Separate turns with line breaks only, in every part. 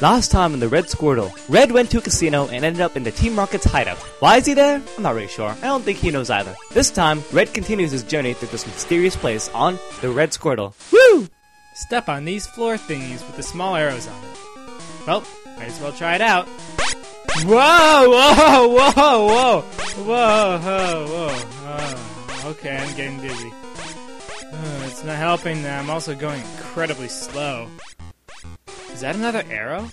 Last time in the Red Squirtle, Red went to a casino and ended up in the Team Rocket's hideout. Why is he there? I'm not really sure. I don't think he knows either. This time, Red continues his journey through this mysterious place on the Red Squirtle. Woo!
Step on these floor thingies with the small arrows on it. Well, might as well try it out. Whoa, whoa, whoa, whoa, whoa, whoa, whoa. Oh, okay, I'm getting dizzy. Oh, it's not helping that I'm also going incredibly slow. Is that another arrow?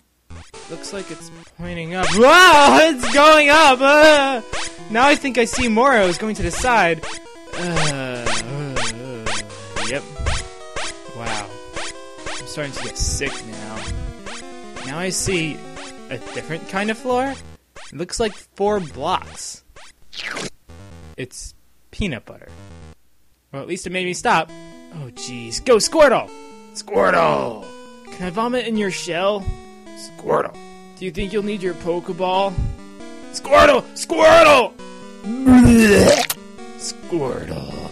Looks like it's pointing up. Whoa, it's going up! Uh, now I think I see more arrows going to the side. Uh, uh, uh, yep. Wow. I'm starting to get sick now. Now I see a different kind of floor. It looks like four blocks. It's peanut butter. Well, at least it made me stop. Oh, jeez. Go, Squirtle! Squirtle! Can I vomit in your shell? Squirtle. Do you think you'll need your Pokeball? Squirtle! Squirtle! Squirtle.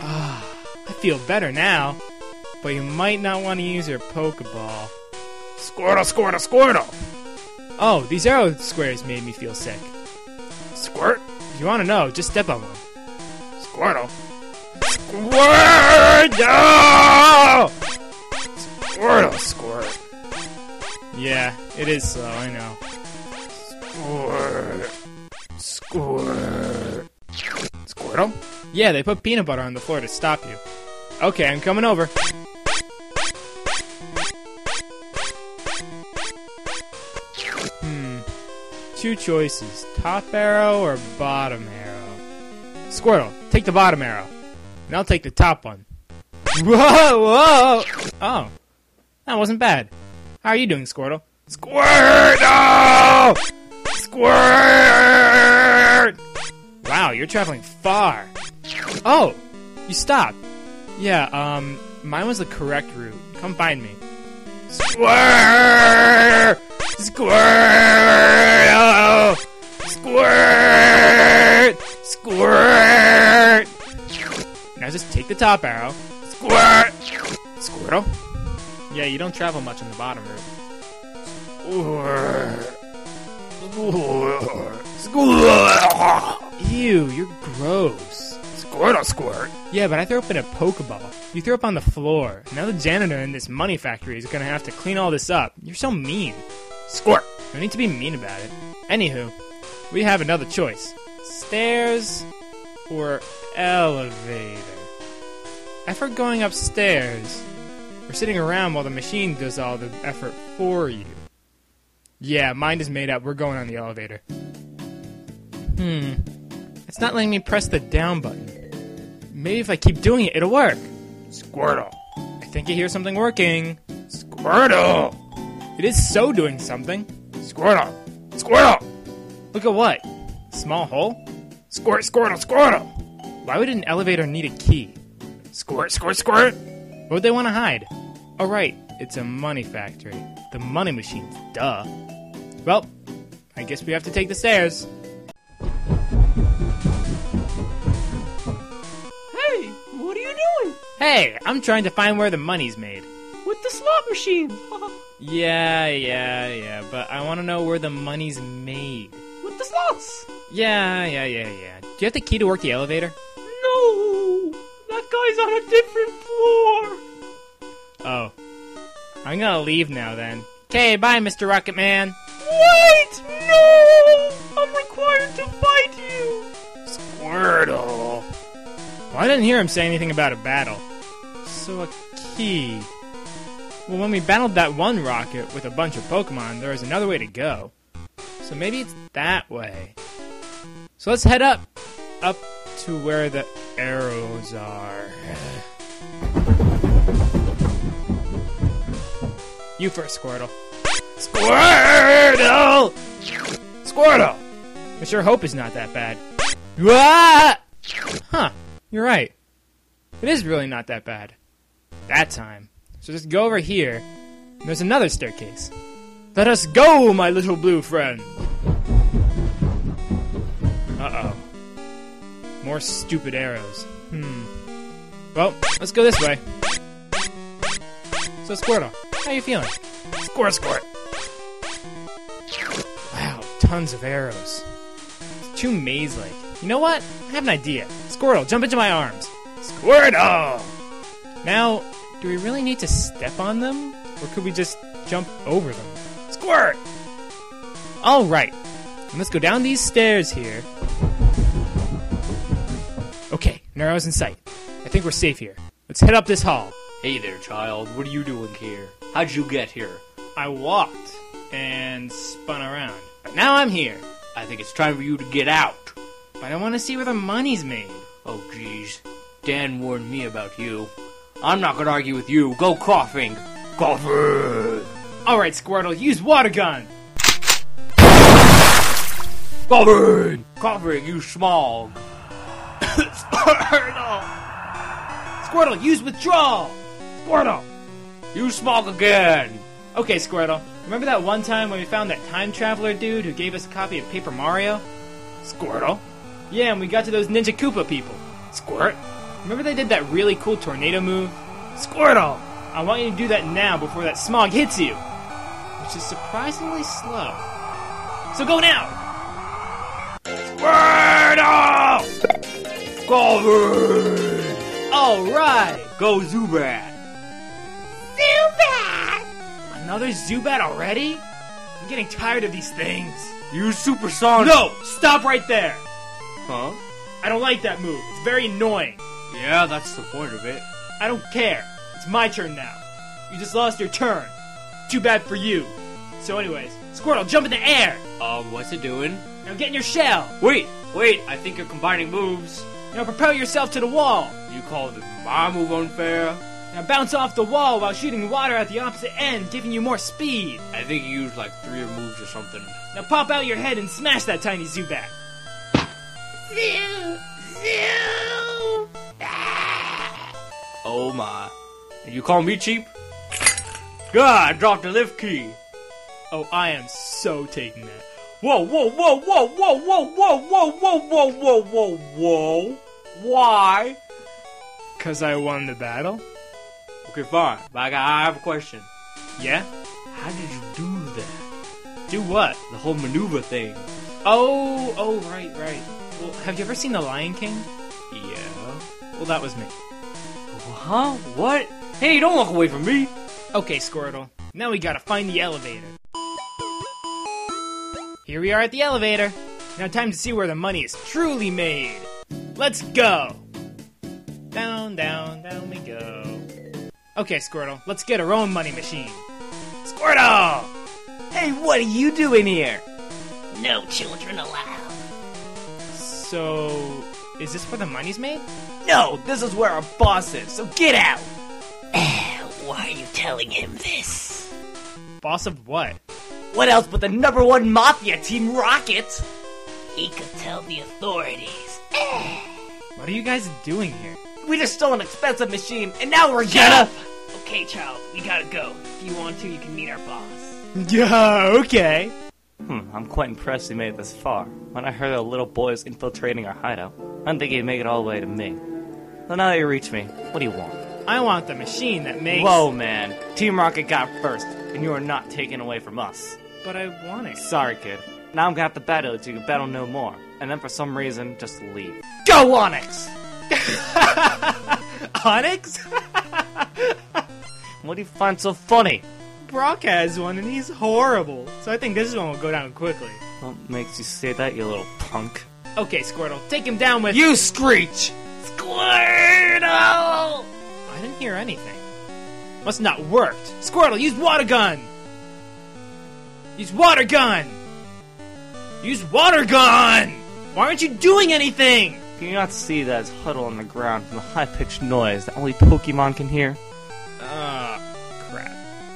Ah, I feel better now. But you might not want to use your Pokeball. Squirtle, Squirtle, Squirtle! Oh, these arrow squares made me feel sick. Squirt? If you want to know, just step on one. Squirtle. Squirtle! Squirtle, Squirt. Yeah, it is slow, I know. Squirt. Squirt. Squirtle? Yeah, they put peanut butter on the floor to stop you. Okay, I'm coming over. Hmm. Two choices top arrow or bottom arrow? Squirtle, take the bottom arrow. And I'll take the top one. Whoa, whoa! Oh. That wasn't bad. How are you doing, Squirtle? Squirtle! Squirt! Wow, you're traveling far. Oh, you stopped. Yeah, um, mine was the correct route. Come find me. Squirt! Squirtle! Squirt! Squirt! Now just take the top arrow. Squirt! Squirtle? Yeah, you don't travel much on the bottom route. Ew, you're gross.
Squirtle squirt.
Yeah, but I threw up in a Pokeball. You threw up on the floor. Now the janitor in this money factory is gonna have to clean all this up. You're so mean.
Squirt.
No need to be mean about it. Anywho, we have another choice stairs or elevator. Effort going upstairs or sitting around while the machine does all the effort for you. Yeah, mine is made up. We're going on the elevator. Hmm. It's not letting me press the down button. Maybe if I keep doing it, it'll work.
Squirtle.
I think I hear something working.
Squirtle.
It is so doing something.
Squirtle. Squirtle.
Look at what? Small hole?
Squirt, squirtle, squirtle.
Why would an elevator need a key?
Squirt, squirt, squirt.
What would they want to hide? Oh, right, it's a money factory. The money machines, duh. Well, I guess we have to take the stairs.
Hey, what are you doing?
Hey, I'm trying to find where the money's made.
With the slot machine.
Yeah, yeah, yeah, but I want to know where the money's made.
With the slots.
Yeah, yeah, yeah, yeah. Do you have the key to work the elevator?
No, that guy's on a different floor.
Oh. I'm gonna leave now then. Okay, bye, Mr. Rocket Man.
Wait, no! I'm required to fight you.
Squirtle.
Well, I didn't hear him say anything about a battle. So a key. Well, when we battled that one rocket with a bunch of Pokemon, there was another way to go. So maybe it's that way. So let's head up. Up to where the arrows are. You first, Squirtle.
Squirtle. Squirtle.
I sure hope is not that bad. Wah! Huh, you're right. It is really not that bad. That time. So just go over here, and there's another staircase. Let us go, my little blue friend! Uh oh. More stupid arrows. Hmm. Well, let's go this way. So, Squirtle, how you feeling?
Squirt, squirt.
tons of arrows. It's too maze like. You know what? I have an idea. Squirtle, jump into my arms.
Squirtle!
Now, do we really need to step on them? Or could we just jump over them?
Squirt!
All right, I must go down these stairs here. Okay, Nero's in sight. I think we're safe here. Let's head up this hall.
Hey there, child. What are you doing here? How'd you get here?
I walked and spun around. But now I'm here.
I think it's time for you to get out.
But I want to see where the money's made.
Oh, jeez. Dan warned me about you. I'm not gonna argue with you. Go coughing. Coffee!
All right, Squirtle, use water gun.
Coughing! Coughing, you smog.
Squirtle, use withdrawal.
Squirtle!
You smog again!
Okay, Squirtle. Remember that one time when we found that time traveler dude who gave us a copy of Paper Mario?
Squirtle!
Yeah, and we got to those Ninja Koopa people.
Squirt!
Remember they did that really cool tornado move?
Squirtle!
I want you to do that now before that smog hits you, which is surprisingly slow. So go now!
Squirtle!
Coffee!
Alright!
Go Zubat!
Another Zubat already? I'm getting tired of these things.
You supersonic!
No! Stop right there!
Huh?
I don't like that move. It's very annoying.
Yeah, that's the point of it.
I don't care. It's my turn now. You just lost your turn. Too bad for you. So, anyways, Squirtle, jump in the air!
Um, what's it doing?
Now get in your shell!
Wait, wait, I think you're combining moves.
Now propel yourself to the wall!
You called my move unfair.
Now bounce off the wall while shooting water at the opposite end, giving you more speed!
I think you used like three moves or something.
Now pop out your head and smash that tiny Zubat.
Oh my. And you call me cheap? God, I dropped the lift key.
Oh, I am so taking that.
Whoa, whoa, whoa, whoa, whoa, whoa, whoa, whoa, whoa, whoa, whoa, whoa, whoa. Why?
Cause I won the battle?
Okay, fine. But I, got, I have a question.
Yeah?
How did you do that?
Do what?
The whole maneuver thing.
Oh, oh, right, right. Well, have you ever seen The Lion King?
Yeah.
Well, that was me.
Huh? What? Hey, don't walk away from me.
Okay, Squirtle. Now we gotta find the elevator. Here we are at the elevator. Now time to see where the money is truly made. Let's go! Down, down, down we go. Okay, Squirtle, let's get our own money machine. Squirtle! Hey, what are you doing here?
No children allowed.
So, is this where the money's made?
No, this is where our boss is, so get out! Eh,
Why are you telling him this?
Boss of what?
What else but the number one mafia, Team Rocket?
He could tell the authorities.
What are you guys doing here?
We just stole an expensive machine, and now we're gonna.
Okay, child, we gotta go. If you want to, you can meet our boss.
Yeah, okay.
Hmm, I'm quite impressed we made it this far. When I heard a little boy was infiltrating our hideout, I didn't think he'd make it all the way to me. So now that you reach me, what do you want?
I want the machine that makes.
Whoa, man. Team Rocket got first, and you are not taken away from us.
But I want it.
Sorry, kid. Now I'm gonna have to battle it so you can battle no more. And then for some reason, just leave.
Go Onyx! Onyx?
What do you find so funny?
Brock has one and he's horrible. So I think this one will go down quickly.
What makes you say that, you little punk?
Okay, Squirtle, take him down with.
You screech!
Squirtle!
I didn't hear anything. Must not worked. Squirtle, use water gun! Use water gun! Use water gun! Why aren't you doing anything?
Can you not see that it's huddled on the ground from the high pitched noise that only Pokemon can hear?
Ah, crap.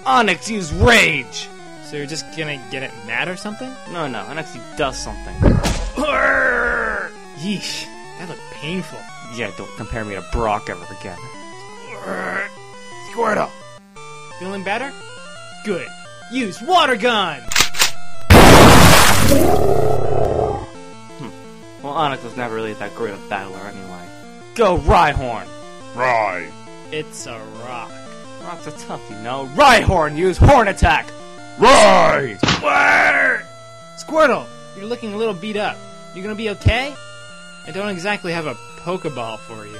Onyx, use rage!
So you're just gonna get it mad or something?
No, no, Onyx, he does something.
Yeesh, that looked painful.
Yeah, don't compare me to Brock ever again.
Squirtle!
Feeling better? Good. Use water gun!
Well, Onyx was never really that great a battler anyway. Go Rhyhorn!
Rye!
It's a rock.
Rocks are tough, you know. Rhyhorn, use horn attack!
Rye! Squirt!
Squirtle, You're looking a little beat up. You gonna be okay? I don't exactly have a Pokeball for you.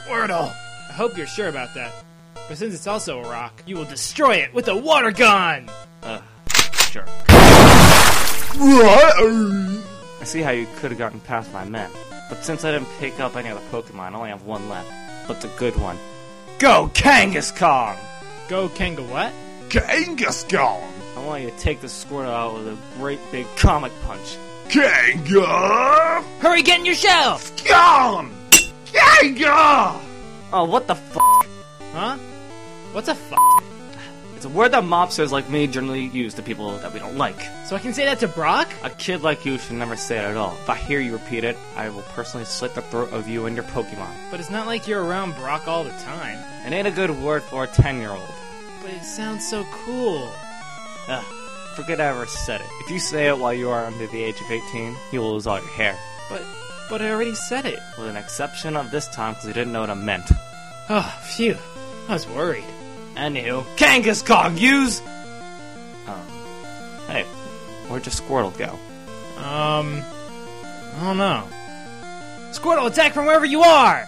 Squirtle! I hope you're sure about that. But since it's also a rock, you will destroy it with a water gun!
Sure. I see how you could have gotten past my men, but since I didn't pick up any other Pokemon, I only have one left. But the good one. Go Kangaskhan!
Go Kenga what?
Kangaskhan!
I want you to take this Squirtle out with a great big comic punch.
Kangaskhan!
Hurry, get in your shell!
Kanga!
Oh, what the f?
Huh? What's a f?
It's a word that mobsters like me generally use to people that we don't like.
So I can say that to Brock?
A kid like you should never say it at all. If I hear you repeat it, I will personally slit the throat of you and your Pokemon.
But it's not like you're around Brock all the time.
It ain't a good word for a 10 year old.
But it sounds so cool.
Ugh, forget I ever said it. If you say it while you are under the age of 18, you will lose all your hair.
But but I already said it.
With an exception of this time because you didn't know what I meant.
Oh, phew. I was worried.
Anywho, Kangaskhan, use! Um, hey, where'd your Squirtle go?
Um, I don't know. Squirtle, attack from wherever you are!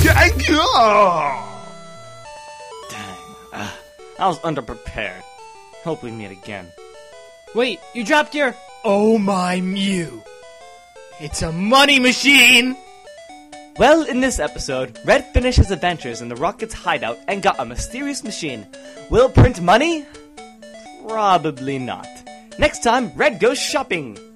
Kanga!
Dang, ugh, I was underprepared. Hope we meet again.
Wait, you dropped your. Oh my Mew! It's a money machine!
Well, in this episode, Red finished his adventures in the Rocket's hideout and got a mysterious machine. Will it print money? Probably not. Next time, Red goes shopping.